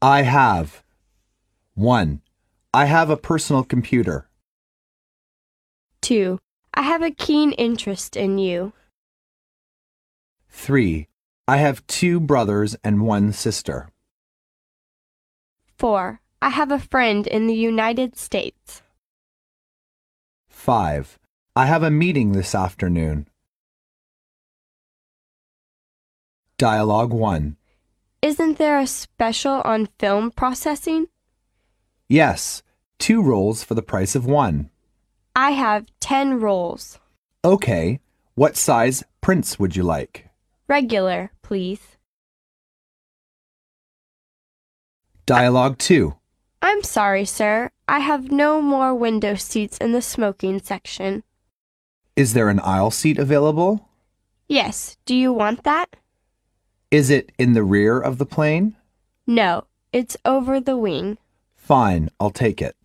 I have. 1. I have a personal computer. 2. I have a keen interest in you. 3. I have two brothers and one sister. 4. I have a friend in the United States. 5. I have a meeting this afternoon. Dialogue 1. Isn't there a special on film processing? Yes, two rolls for the price of one. I have 10 rolls. Okay, what size prints would you like? Regular, please. Dialogue 2. I'm sorry, sir. I have no more window seats in the smoking section. Is there an aisle seat available? Yes, do you want that? Is it in the rear of the plane? No, it's over the wing. Fine, I'll take it.